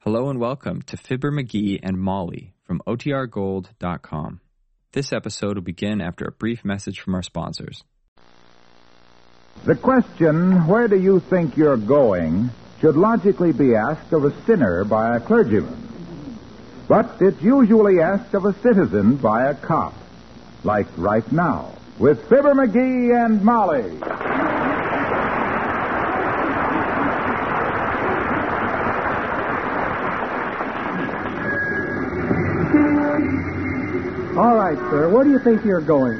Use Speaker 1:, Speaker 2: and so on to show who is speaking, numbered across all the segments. Speaker 1: Hello and welcome to Fibber McGee and Molly from OTRGold.com. This episode will begin after a brief message from our sponsors.
Speaker 2: The question, where do you think you're going, should logically be asked of a sinner by a clergyman. But it's usually asked of a citizen by a cop, like right now, with Fibber McGee and Molly.
Speaker 3: All right, sir. Where do you think you're going?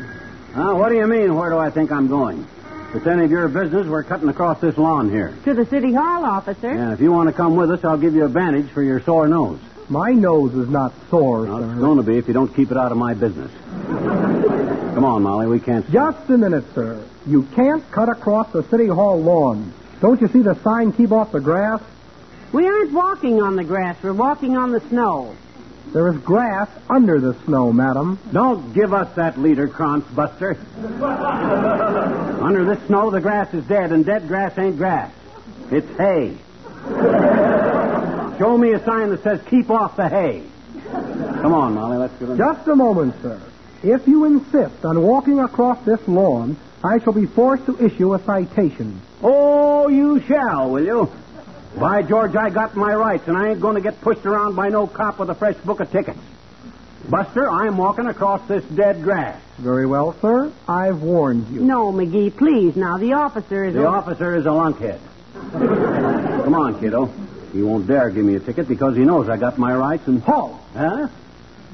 Speaker 4: Now, what do you mean, where do I think I'm going? If it's any of your business, we're cutting across this lawn here.
Speaker 5: To the city hall, officer.
Speaker 4: And if you want to come with us, I'll give you a bandage for your sore nose.
Speaker 3: My nose is not sore,
Speaker 4: Well, it's
Speaker 3: sir.
Speaker 4: going to be if you don't keep it out of my business. come on, Molly, we can't.
Speaker 3: Just a minute, sir. You can't cut across the city hall lawn. Don't you see the sign, keep off the grass?
Speaker 5: We aren't walking on the grass. We're walking on the snow.
Speaker 3: There is grass under the snow, madam.
Speaker 4: Don't give us that leader, Krantz Buster. Under this snow, the grass is dead, and dead grass ain't grass. It's hay. Show me a sign that says, keep off the hay. Come on, Molly, let's get in.
Speaker 3: Just a moment, sir. If you insist on walking across this lawn, I shall be forced to issue a citation.
Speaker 4: Oh, you shall, will you? By George, I got my rights, and I ain't going to get pushed around by no cop with a fresh book of tickets. Buster, I'm walking across this dead grass.
Speaker 3: Very well, sir. I've warned you.
Speaker 5: No, McGee, please. Now, the officer is.
Speaker 4: The officer is a lunkhead. Come on, kiddo. He won't dare give me a ticket because he knows I got my rights and.
Speaker 3: Halt!
Speaker 4: Huh?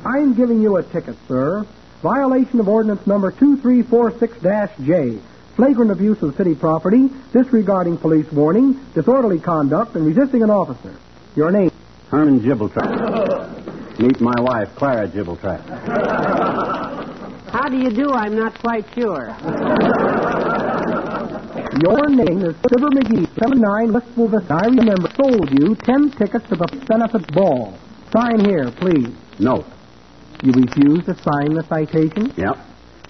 Speaker 3: I'm giving you a ticket, sir. Violation of ordinance number 2346-J. Flagrant abuse of city property, disregarding police warning, disorderly conduct, and resisting an officer. Your name.
Speaker 4: Herman Gibbletrap. Meet my wife, Clara Gibbletrap.
Speaker 5: How do you do? I'm not quite sure.
Speaker 3: Your name is Silver McGee, 79 West Wolveston. I remember sold you 10 tickets to the benefit ball. Sign here, please.
Speaker 4: No.
Speaker 3: You refuse to sign the citation?
Speaker 4: Yep.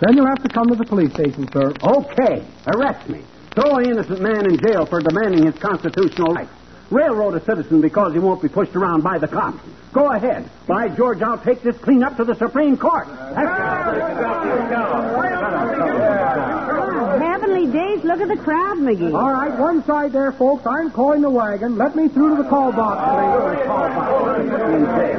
Speaker 3: Then you'll have to come to the police station, sir.
Speaker 4: Okay, arrest me. Throw an innocent man in jail for demanding his constitutional rights. Railroad a citizen because he won't be pushed around by the cops. Go ahead. By George, I'll take this clean up to the Supreme Court.
Speaker 5: Heavenly days, look at the crowd, McGee.
Speaker 3: All right, one side there, folks. I'm calling the wagon. Let me through to the call box, please.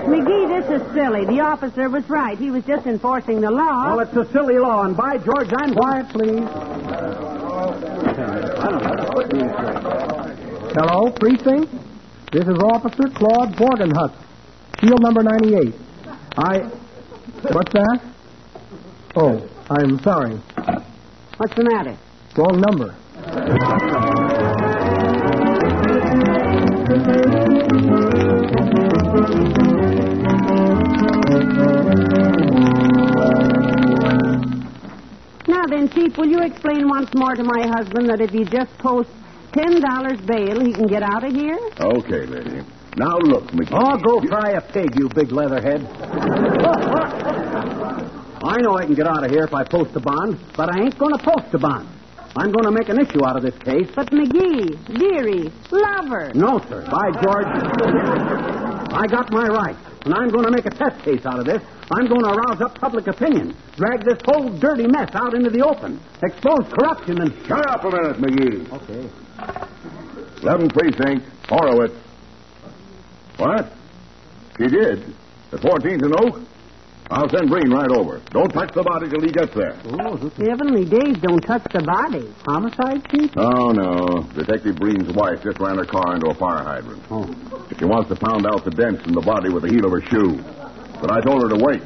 Speaker 5: McGee, this is silly. The officer was right. He was just enforcing the law.
Speaker 4: Well, it's a silly law, and by George, I'm
Speaker 3: Quiet, please. Hello, precinct. This is Officer Claude Borgenhut, field number 98. I. What's that? Oh, I'm sorry.
Speaker 5: What's the matter?
Speaker 3: Wrong number.
Speaker 5: Now then, Chief, will you explain once more to my husband that if he just posts $10 bail, he can get out of here?
Speaker 6: Okay, lady. Now look, McGee.
Speaker 4: Oh, go fry a pig, you big leatherhead. I know I can get out of here if I post a bond, but I ain't going to post a bond. I'm going to make an issue out of this case.
Speaker 5: But McGee, dearie, lover.
Speaker 4: No, sir. By George, I got my rights, and I'm going to make a test case out of this. I'm going to rouse up public opinion, drag this whole dirty mess out into the open, expose corruption, and
Speaker 6: Shut up a minute, McGee.
Speaker 4: okay.
Speaker 6: 11th Precinct, Horowitz. What? She did. The 14th and Oak? I'll send Breen right over. Don't touch the body till he gets there.
Speaker 5: Heavenly days, don't touch the body.
Speaker 4: Homicide, chief?
Speaker 6: Oh, no. Detective Breen's wife just ran her car into a fire hydrant.
Speaker 4: Oh,
Speaker 6: She wants to pound out the dents in the body with the heel of her shoe. But I told her to wait.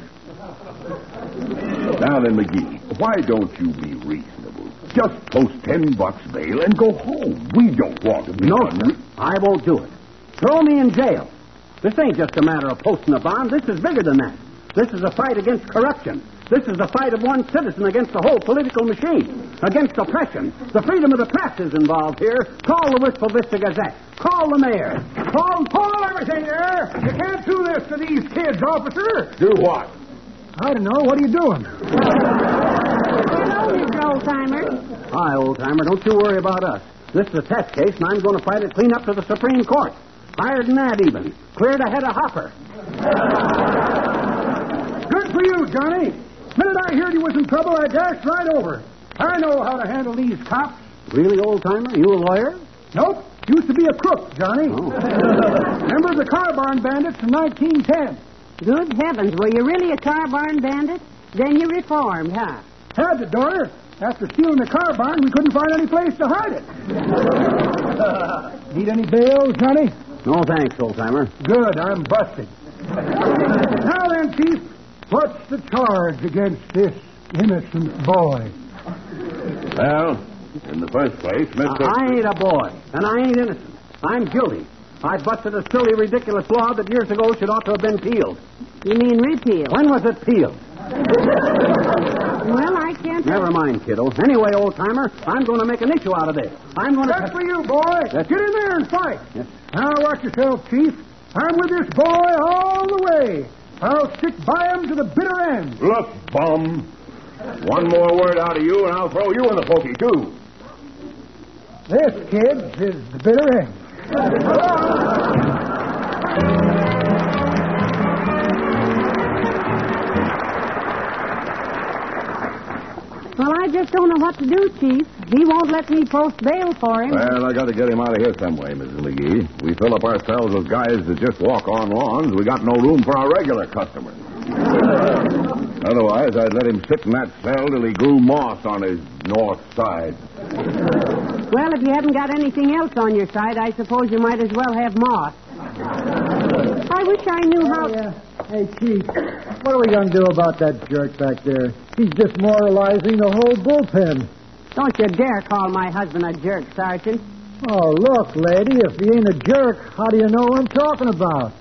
Speaker 6: Now then, McGee, why don't you be reasonable? Just post ten bucks bail and go home. We don't want to be
Speaker 4: no,
Speaker 6: unre-
Speaker 4: sir. I won't do it. Throw me in jail. This ain't just a matter of posting a bond. This is bigger than that. This is a fight against corruption. This is the fight of one citizen against the whole political machine, against oppression. The freedom of the press is involved here. Call the Wistful Vista Gazette. Call the mayor. Call Paul everything there. You can't do this to these kids, officer.
Speaker 6: Do what?
Speaker 3: I don't know. What are you doing?
Speaker 5: Hello, Mr. Oldtimer.
Speaker 4: Hi, old timer. Don't you worry about us. This is a test case, and I'm going to fight it clean up to the Supreme Court. Higher than that, even. Cleared ahead of Hopper.
Speaker 3: Good for you, Johnny. Minute I heard you was in trouble, I dashed right over. I know how to handle these cops.
Speaker 4: Really, old timer? You a lawyer?
Speaker 3: Nope. Used to be a crook, Johnny.
Speaker 4: Oh.
Speaker 3: Remember the car barn bandits in 1910?
Speaker 5: Good heavens, were you really a car barn bandit? Then you reformed, huh?
Speaker 3: Had the daughter. After stealing the car barn, we couldn't find any place to hide it. Need any bail, Johnny?
Speaker 4: No thanks, old timer.
Speaker 3: Good, I'm busted. now then, Chief, what's the charge against this innocent boy?
Speaker 6: Well, in the first place, Mr.
Speaker 4: I ain't a boy, and I ain't innocent. I'm guilty. I busted a silly, ridiculous law that years ago should ought to have been peeled.
Speaker 5: You mean repeal?
Speaker 4: When was it peeled?
Speaker 5: Well, I can't.
Speaker 4: Never mind, kiddo. Anyway, old timer, I'm going to make an issue out of this. I'm going
Speaker 3: That's
Speaker 4: to.
Speaker 3: for you, boy.
Speaker 4: That's-
Speaker 3: Get in there and fight.
Speaker 4: Yes.
Speaker 3: Now watch yourself, Chief. I'm with this boy all the way. I'll stick by him to the bitter end.
Speaker 6: Look, bum. One more word out of you, and I'll throw you in the pokey, too.
Speaker 3: This kid is the bitter end.
Speaker 5: Well, I just don't know what to do, Chief. He won't let me post bail for him.
Speaker 6: Well, I got to get him out of here some way, Mrs. McGee. We fill up ourselves with guys that just walk on lawns. We got no room for our regular customers. Otherwise, I'd let him sit in that cell till he grew moss on his north side.
Speaker 5: Well, if you haven't got anything else on your side, I suppose you might as well have moss. I wish I knew
Speaker 3: Oh,
Speaker 5: how.
Speaker 3: Hey, Chief, what are we going to do about that jerk back there? He's demoralizing the whole bullpen.
Speaker 5: Don't you dare call my husband a jerk, Sergeant.
Speaker 3: Oh, look, lady, if he ain't a jerk, how do you know what I'm talking about?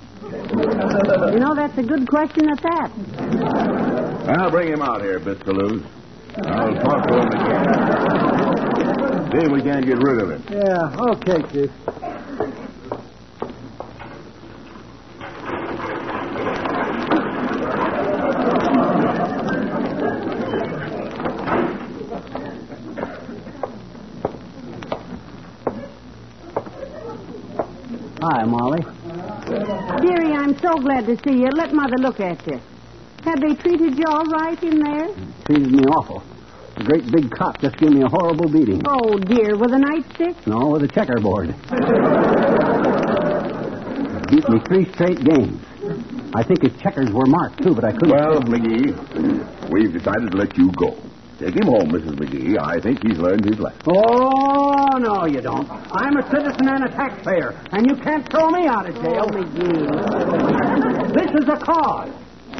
Speaker 5: You know, that's a good question at that.
Speaker 6: I'll bring him out here, Bistaloos. I'll talk to him again. See if we can't get rid of him.
Speaker 3: Yeah, okay, Chief.
Speaker 4: Hi, Molly.
Speaker 5: Dearie, I'm so glad to see you. Let Mother look at you. Have they treated you all right in there?
Speaker 4: Treated me awful. The great big cop just gave me a horrible beating.
Speaker 5: Oh, dear, with a nightstick?
Speaker 4: No, with a checkerboard. Beat me three straight games. I think his checkers were marked, too, but I couldn't.
Speaker 6: Well, McGee, we've decided to let you go. Take him home, Mrs. McGee. I think he's learned his lesson.
Speaker 4: Oh, no, you don't. I'm a citizen and a taxpayer, and you can't throw me out of jail. this is a cause.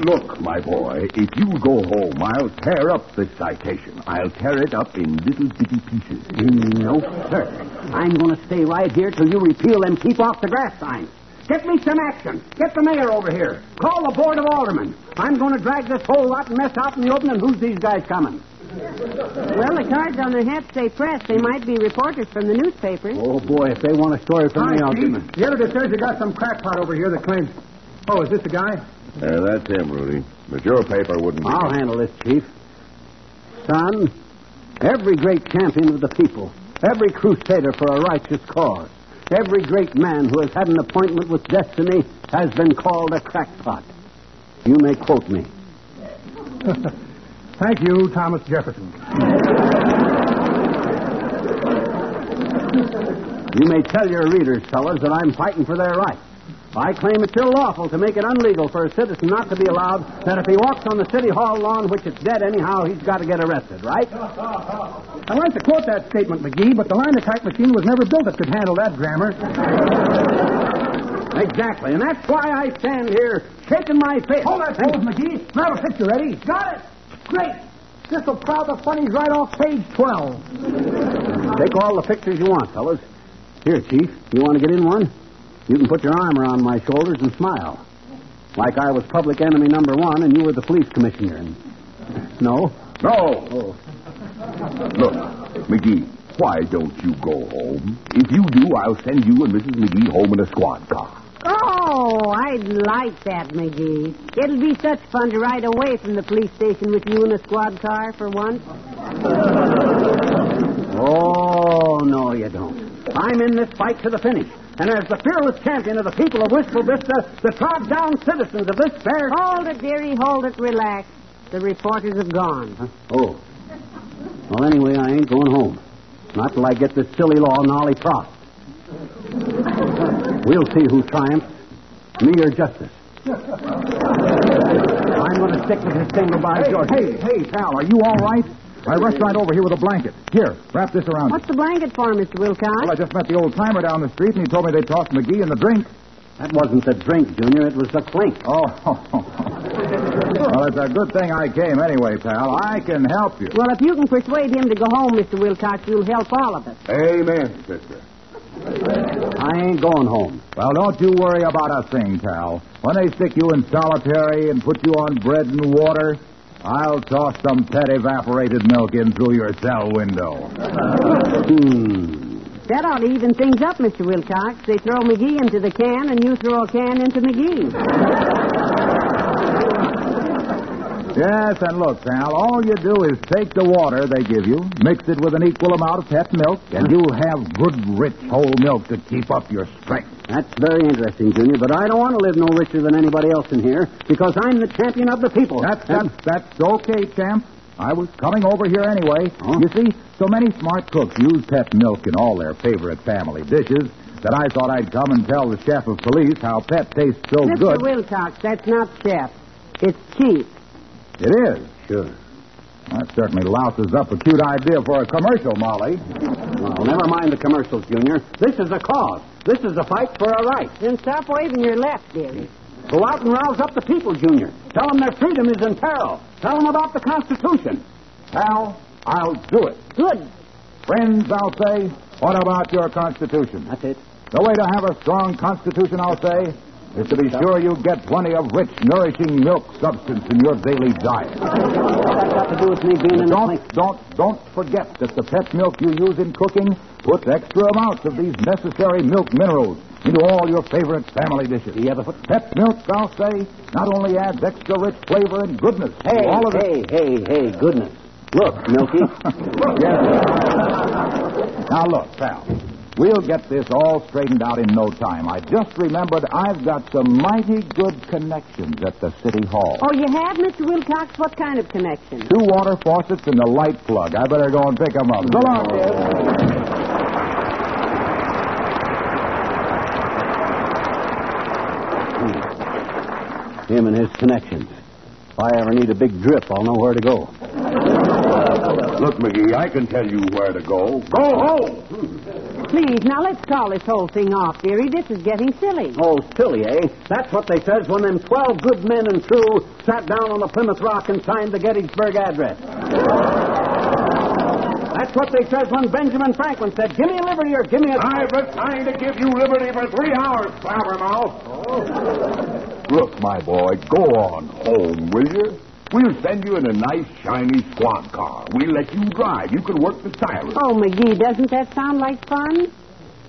Speaker 6: Look, my boy, if you go home, I'll tear up this citation. I'll tear it up in little bitty pieces.
Speaker 3: Mm,
Speaker 4: No, sir. I'm going to stay right here till you repeal them keep off the grass signs. Get me some action. Get the mayor over here. Call the board of aldermen. I'm going to drag this whole lot and mess out in the open, and who's these guys coming?
Speaker 5: Well, the cards on their hats say press. They might be reporters from the newspapers.
Speaker 4: Oh, boy, if they want a story from me, I'll give them.
Speaker 3: The editor says you got some crackpot over here that claims. Oh, is this the guy?
Speaker 6: Yeah, Uh, that's him, Rudy. But your paper wouldn't be.
Speaker 4: I'll handle this, Chief. Son, every great champion of the people, every crusader for a righteous cause, every great man who has had an appointment with destiny has been called a crackpot. You may quote me.
Speaker 3: Thank you, Thomas Jefferson.
Speaker 4: You may tell your readers, fellas, that I'm fighting for their rights. I claim it's lawful to make it unlegal for a citizen not to be allowed that if he walks on the city hall lawn, which it's dead anyhow, he's got to get arrested, right?
Speaker 3: I'd like to quote that statement, McGee, but the linotype machine was never built that could handle that grammar.
Speaker 4: Exactly, and that's why I stand here shaking my fist.
Speaker 3: Hold that pose, McGee. Now the picture ready. Got it. Great. This will crowd the funnies right off page 12.
Speaker 4: Take all the pictures you want, fellas. Here, Chief, you want to get in one? You can put your arm around my shoulders and smile. Like I was public enemy number one and you were the police commissioner. And... No?
Speaker 6: No! Look, McGee, why don't you go home? If you do, I'll send you and Mrs. McGee home in a squad car.
Speaker 5: Oh, I'd like that, McGee. It'll be such fun to ride away from the police station with you in a squad car for once.
Speaker 4: Oh, no, you don't. I'm in this fight to the finish. and as the fearless champion of the people of Wistful Vista, the trod down citizens of this fair.
Speaker 5: Hold it, dearie, hold it, relax. The reporters have gone.
Speaker 4: Oh. Well, anyway, I ain't going home. Not till I get this silly law nolly propped. We'll see who triumphs, me or justice. I'm going to stick with this single by
Speaker 6: Hey,
Speaker 4: George.
Speaker 6: hey, hey, pal, are you all right? I rushed right over here with a blanket. Here, wrap this around. you.
Speaker 5: What's the blanket for, Mr.
Speaker 6: Well, I
Speaker 5: Wilcox?
Speaker 6: just met the old timer down the street, and he told me they tossed McGee in the drink.
Speaker 4: that wasn't the drink, Junior. It was the clink.
Speaker 6: Oh, well, it's a good thing I came anyway, pal. I can help you.
Speaker 5: Well, if you can persuade him to go home, Mr. Wilcox, you'll help all of us.
Speaker 7: Amen, sister.
Speaker 4: I ain't going home.
Speaker 6: Well, don't you worry about a thing, pal. When they stick you in solitary and put you on bread and water, I'll toss some pet evaporated milk in through your cell window.
Speaker 4: Hmm.
Speaker 5: That ought to even things up, Mr. Wilcox. They throw McGee into the can, and you throw a can into McGee.
Speaker 6: Yes, and look, pal, all you do is take the water they give you, mix it with an equal amount of pet milk, and you have good, rich whole milk to keep up your strength.
Speaker 4: That's very interesting, Junior, but I don't want to live no richer than anybody else in here because I'm the champion of the people.
Speaker 6: That's,
Speaker 4: And-
Speaker 6: that's, that's okay, champ. I was coming over here anyway.
Speaker 4: Huh?
Speaker 6: You see, so many smart cooks use pet milk in all their favorite family dishes that I thought I'd come and tell the chef of police how pet tastes so
Speaker 5: Mr.
Speaker 6: Oh, good.
Speaker 5: Wilcox, that's not chef. It's cheap.
Speaker 6: It is.
Speaker 4: Sure.
Speaker 6: That certainly louses up a cute idea for a commercial, Molly.
Speaker 4: Well, never mind the commercials, Junior. This is a cause. This is a fight for our rights.
Speaker 5: Then stop waving your left, dearie.
Speaker 4: Go out and rouse up the people, Junior. Tell them their freedom is in peril. Tell them about the Constitution.
Speaker 6: Pal, I'll do it.
Speaker 5: Good.
Speaker 6: Friends, I'll say, what about your Constitution?
Speaker 4: That's it.
Speaker 6: The way to have a strong Constitution, I'll say, is to be sure you get plenty of rich, nourishing milk substance in your daily diet.
Speaker 4: What's that got to do with me being in the
Speaker 6: Don't,
Speaker 4: clink?
Speaker 6: don't, don't forget that the pet milk you use in cooking puts extra amounts of these necessary milk minerals into all your favorite family dishes.
Speaker 4: Yeah, but what-
Speaker 6: Pet milk, I'll say, not only adds extra rich flavor and goodness
Speaker 4: Hey,
Speaker 6: to all of it.
Speaker 4: hey, hey, hey, goodness. Look, Milky.
Speaker 6: Yes. Now look, pal. We'll get this all straightened out in no time. I just remembered I've got some mighty good connections at the city hall.
Speaker 5: Oh, you have, Mr. Wilcox? What kind of connection?
Speaker 6: Two water faucets and a light plug. I better go and pick 'em up. So long, kid.
Speaker 4: Him and his connections. If I ever need a big drip, I'll know where to go.
Speaker 7: Look, McGee, I can tell you where to go. Go home.
Speaker 5: Please, now let's call this whole thing off, dearie. This is getting silly.
Speaker 4: Oh, silly, eh? That's what they says when them 12 good men and true sat down on the Plymouth Rock and signed the Gettysburg Address. That's what they says when Benjamin Franklin said, Give me liberty or give me a.
Speaker 7: I've been trying to give you liberty for three hours, blabbermouth. Look, my boy, go on home, will you? We'll send you in a nice, shiny squad car. We'll let you drive. You can work the sirens.
Speaker 5: Oh, McGee, doesn't that sound like fun?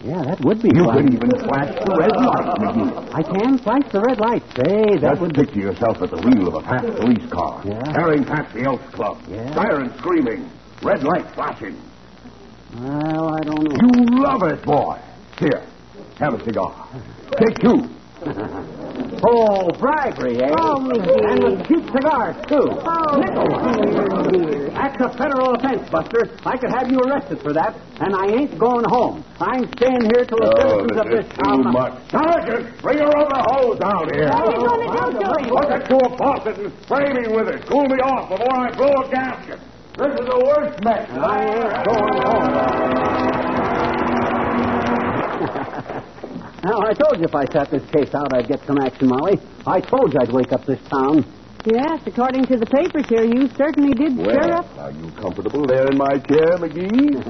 Speaker 4: Yeah, that would be
Speaker 7: you
Speaker 4: fun.
Speaker 7: can even flash the red light, McGee.
Speaker 4: I can flash the red light. Say, that
Speaker 7: Just
Speaker 4: would.
Speaker 7: picture yourself at the wheel of a fast police car,
Speaker 4: Yeah.
Speaker 7: tearing past the Elks Club,
Speaker 4: Yeah.
Speaker 7: sirens screaming, red light flashing.
Speaker 4: Well, I don't know.
Speaker 7: You love it, boy. Here, have a cigar. Take two.
Speaker 4: Oh, bribery, eh?
Speaker 5: Oh, McGee.
Speaker 4: And with cheap cigars, too.
Speaker 5: Oh, dear, dear.
Speaker 4: That's a federal offense, Buster. I could have you arrested for that, and I ain't going home. I'm staying here till the
Speaker 7: Oh,
Speaker 4: citizens
Speaker 7: this
Speaker 4: of this
Speaker 7: is too
Speaker 4: town.
Speaker 7: much. Sergeant, bring her over hose down here.
Speaker 5: What are you going to do to him?
Speaker 7: Put it to a faucet and spray me with it. Cool me off before I blow a gasket. This is the worst mess.
Speaker 4: I ain't going home. now, I told you if I sat this case out, I'd get some action, Molly. I told you I'd wake up this town.
Speaker 5: Yes, according to the papers here, you certainly did stir up.
Speaker 7: are you comfortable there in my chair, McGee?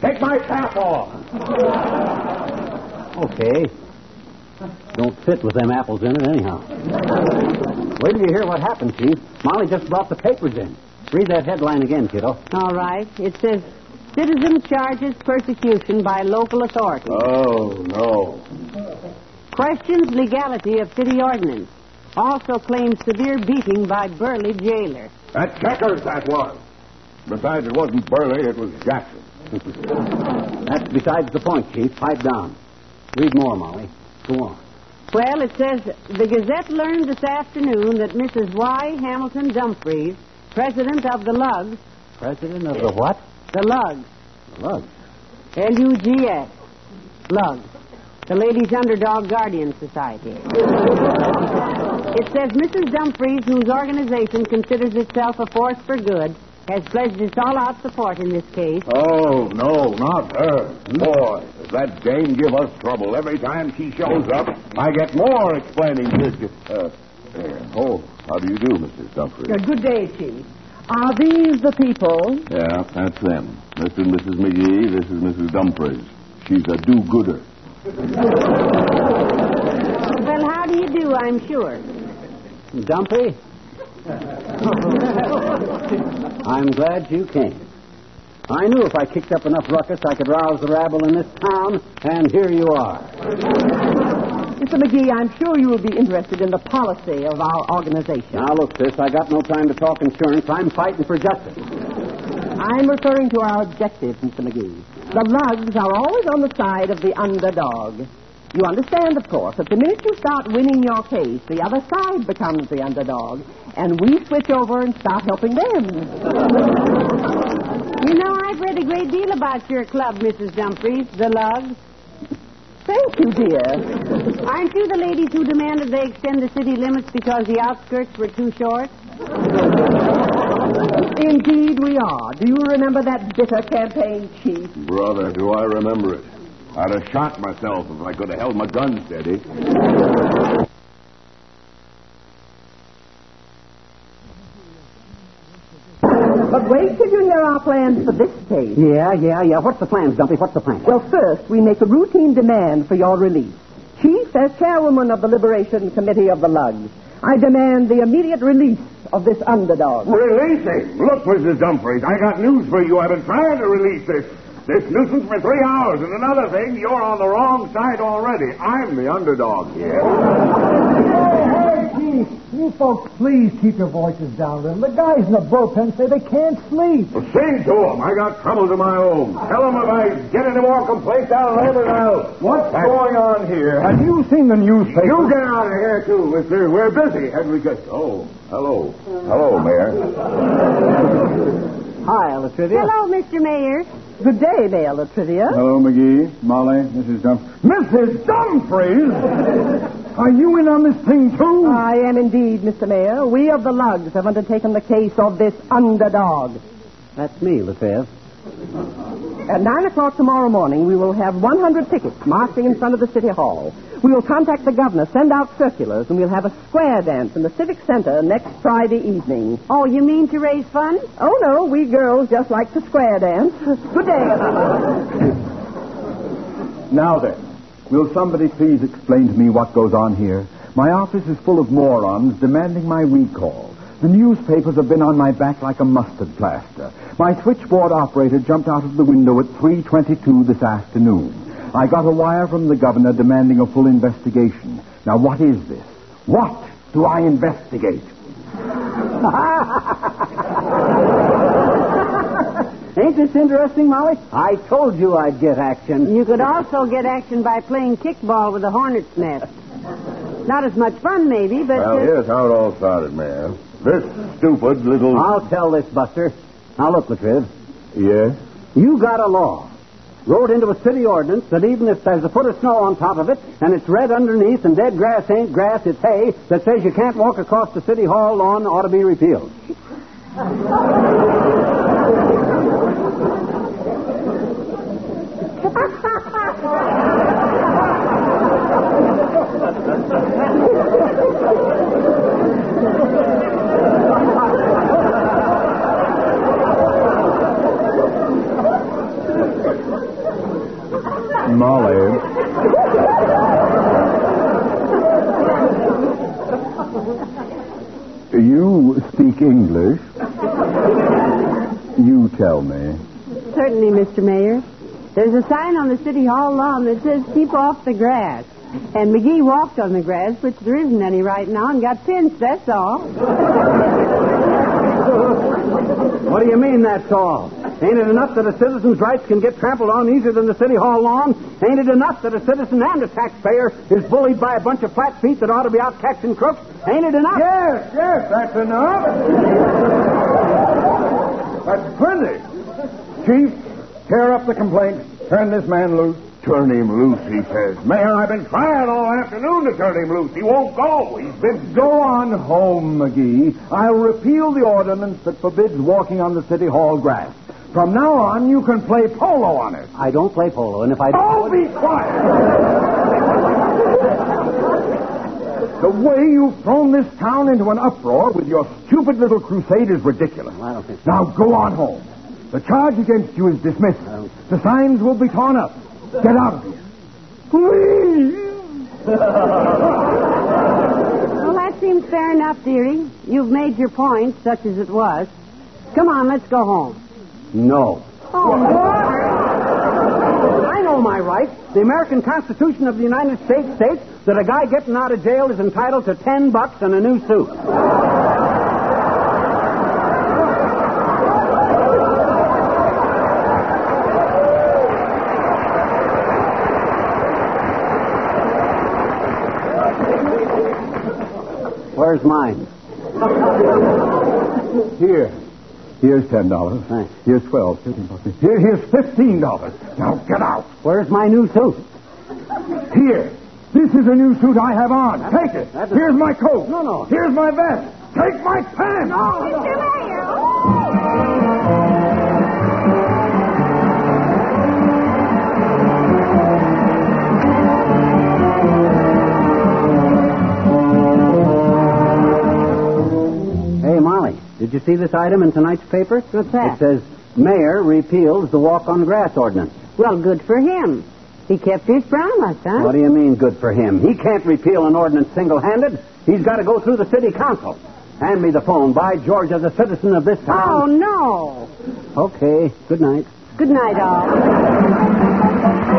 Speaker 7: Take my cap off.
Speaker 4: Okay. Don't fit with them apples in it, anyhow. Wait till you hear what happened, Chief. Molly just brought the papers in. Read that headline again, kiddo.
Speaker 5: All right. It says, Citizen charges persecution by local authority.
Speaker 7: Oh, no.
Speaker 5: Questions legality of city ordinance. Also claims severe beating by burly jailer.
Speaker 7: That checkers that was. Besides, it wasn't Burley, it was Jackson.
Speaker 4: That's besides the point, Chief. Pipe down. Read more, Molly. Go on.
Speaker 5: Well, it says the Gazette learned this afternoon that Mrs. Y. Hamilton Dumfries, president of the Lugs,
Speaker 4: President of the what?
Speaker 5: the Lugs,
Speaker 4: Lugs.
Speaker 5: L U G S, Lugs, the Ladies Underdog Guardian Society. it says Mrs. Dumfries, whose organization considers itself a force for good, has pledged its all-out support in this case.
Speaker 6: Oh, no, not her. Boy, does that dame give us trouble. Every time she shows up, I get more explaining to uh, there. Oh, how do you do, Mrs. Dumfries?
Speaker 8: good day, Chief. Are these the people?
Speaker 6: Yeah, that's them. Mr. and Mrs. McGee, this is Mrs. Dumfries. She's a do-gooder.
Speaker 5: Well, how do you do, I'm sure.
Speaker 4: Dumpy? I'm glad you came. I knew if I kicked up enough ruckus, I could rouse the rabble in this town, and here you are.
Speaker 8: Mr. McGee, I'm sure you will be interested in the policy of our organization.
Speaker 4: Now, look, sis, I got no time to talk insurance. I'm fighting for justice.
Speaker 8: I'm referring to our objective, Mr. McGee. The lugs are always on the side of the underdog. You understand, of course, that the minute you start winning your case, the other side becomes the underdog, and we switch over and start helping them.
Speaker 5: You know, I've read a great deal about your club, Mrs. Dumfries, the Lugs.
Speaker 8: Thank you, dear.
Speaker 5: Aren't you the ladies who demanded they extend the city limits because the outskirts were too short?
Speaker 8: Indeed, we are. Do you remember that bitter campaign, Chief?
Speaker 6: Brother, do I remember it. I'd have shot myself if I could have held my gun steady.
Speaker 8: But wait till you hear our plans for this case.
Speaker 4: Yeah, yeah, yeah. What's the plan, Dumpy? What's the plan?
Speaker 8: Well, first, we make a routine demand for your release. Chief, as chairwoman of the Liberation Committee of the Lugs, I demand the immediate release of this underdog.
Speaker 6: Release him! Look, Mrs. Dumfries, I got news for you. I've been trying to release this this nuisance for three hours, and another thing, you're on the wrong side already. I'm the underdog here.
Speaker 3: You folks, please keep your voices down a little. The guys in the bullpen say they can't sleep.
Speaker 6: Well, sing to 'em. I got troubles of my own. Tell 'em if I get any more complaints, I'll labor it out. What's going on here? Have you
Speaker 3: seen the newspaper?
Speaker 6: You get out of here, too, mister. We're busy. And we got... Oh, hello. Hello, Mayor.
Speaker 4: Hi, Latrivia.
Speaker 5: Hello, Mr. Mayor.
Speaker 8: Good day, Mayor Latrivia.
Speaker 6: Hello, McGee, Molly, Mrs. Dumfries. Mrs. Dumfries? Are you in on this thing, too?
Speaker 8: I am indeed, Mr. Mayor. We of the Lugs have undertaken the case of this underdog.
Speaker 4: That's me, Lefebvre.
Speaker 8: At 9 o'clock tomorrow morning, we will have 100 pickets marching in front of the City Hall. We will contact the governor, send out circulars, and we'll have a square dance in the Civic Center next Friday evening.
Speaker 5: Oh, you mean to raise funds?
Speaker 8: Oh, no, we girls just like to square dance. Good day, everyone.
Speaker 2: Now then, will somebody please explain to me what goes on here? My office is full of morons demanding my recall. The newspapers have been on my back like a mustard plaster. My switchboard operator jumped out of the window at 3.22 this afternoon. I got a wire from the governor demanding a full investigation. Now, what is this? What do I investigate?
Speaker 4: Ain't this interesting, Molly? I told you I'd get action.
Speaker 5: You could also get action by playing kickball with a hornet's nest. Not as much fun, maybe, but.
Speaker 6: Well,
Speaker 5: uh,
Speaker 6: here's how it all started, Mayor. This stupid little...
Speaker 4: I'll tell this, Buster. Now, look, Latriv.
Speaker 6: Yes?
Speaker 4: You got a law wrote into a city ordinance that even if there's a foot of snow on top of it and it's red underneath and dead grass ain't grass, it's hay, that says you can't walk across the city hall lawn ought to be repealed.
Speaker 2: Molly. you speak English. You tell me.
Speaker 5: Certainly, Mr. Mayor. There's a sign on the City Hall lawn that says, Keep off the grass. And McGee walked on the grass, which there isn't any right now, and got pinched, that's all.
Speaker 4: What do you mean that's all? Ain't it enough that a citizen's rights can get trampled on easier than the city hall lawn? Ain't it enough that a citizen and a taxpayer is bullied by a bunch of flat feet that ought to be out catching crooks? Ain't it enough?
Speaker 2: Yes, yes, that's enough. That's plenty. Chief, tear up the complaint. Turn this man loose.
Speaker 6: Turn him loose, he says. Mayor, I've been trying all afternoon to turn him loose. He won't go. He's been
Speaker 2: Go on home, McGee. I'll repeal the ordinance that forbids walking on the city hall grass. From now on, you can play polo on it.
Speaker 4: I don't play polo, and if I
Speaker 2: Oh, be quiet! the way you've thrown this town into an uproar with your stupid little crusade is ridiculous.
Speaker 4: I don't think so.
Speaker 2: Now go on home. The charge against you is dismissed. The signs will be torn up. Get out of here. Please.
Speaker 5: Well, that seems fair enough, dearie. You've made your point, such as it was. Come on, let's go home.
Speaker 4: No.
Speaker 5: Oh,
Speaker 4: I know my rights. The American Constitution of the United States states that a guy getting out of jail is entitled to ten bucks and a new suit. Where's mine?
Speaker 2: Here. Here's ten dollars.
Speaker 4: Thanks.
Speaker 2: Here's twelve. Fifteen bucks. Here, here's fifteen dollars. Now get out.
Speaker 4: Where's my new suit?
Speaker 2: Here. This is a new suit I have on. Take it.
Speaker 4: that is-
Speaker 2: Here's my coat.
Speaker 4: No, no.
Speaker 2: Here's my vest. Take my pants.
Speaker 4: Hey, Molly, did you see this item in tonight's paper?
Speaker 5: What's that?
Speaker 4: It says, Mayor repeals the walk on grass ordinance.
Speaker 5: well, good for him. He kept his promise, huh?
Speaker 4: What do you mean, good for him? He can't repeal an ordinance single handed. He's got to go through the city council. Hand me the phone. By George, as a citizen of this
Speaker 5: Oh,
Speaker 4: town.
Speaker 5: no.
Speaker 4: Okay, good night.
Speaker 5: Good night, all.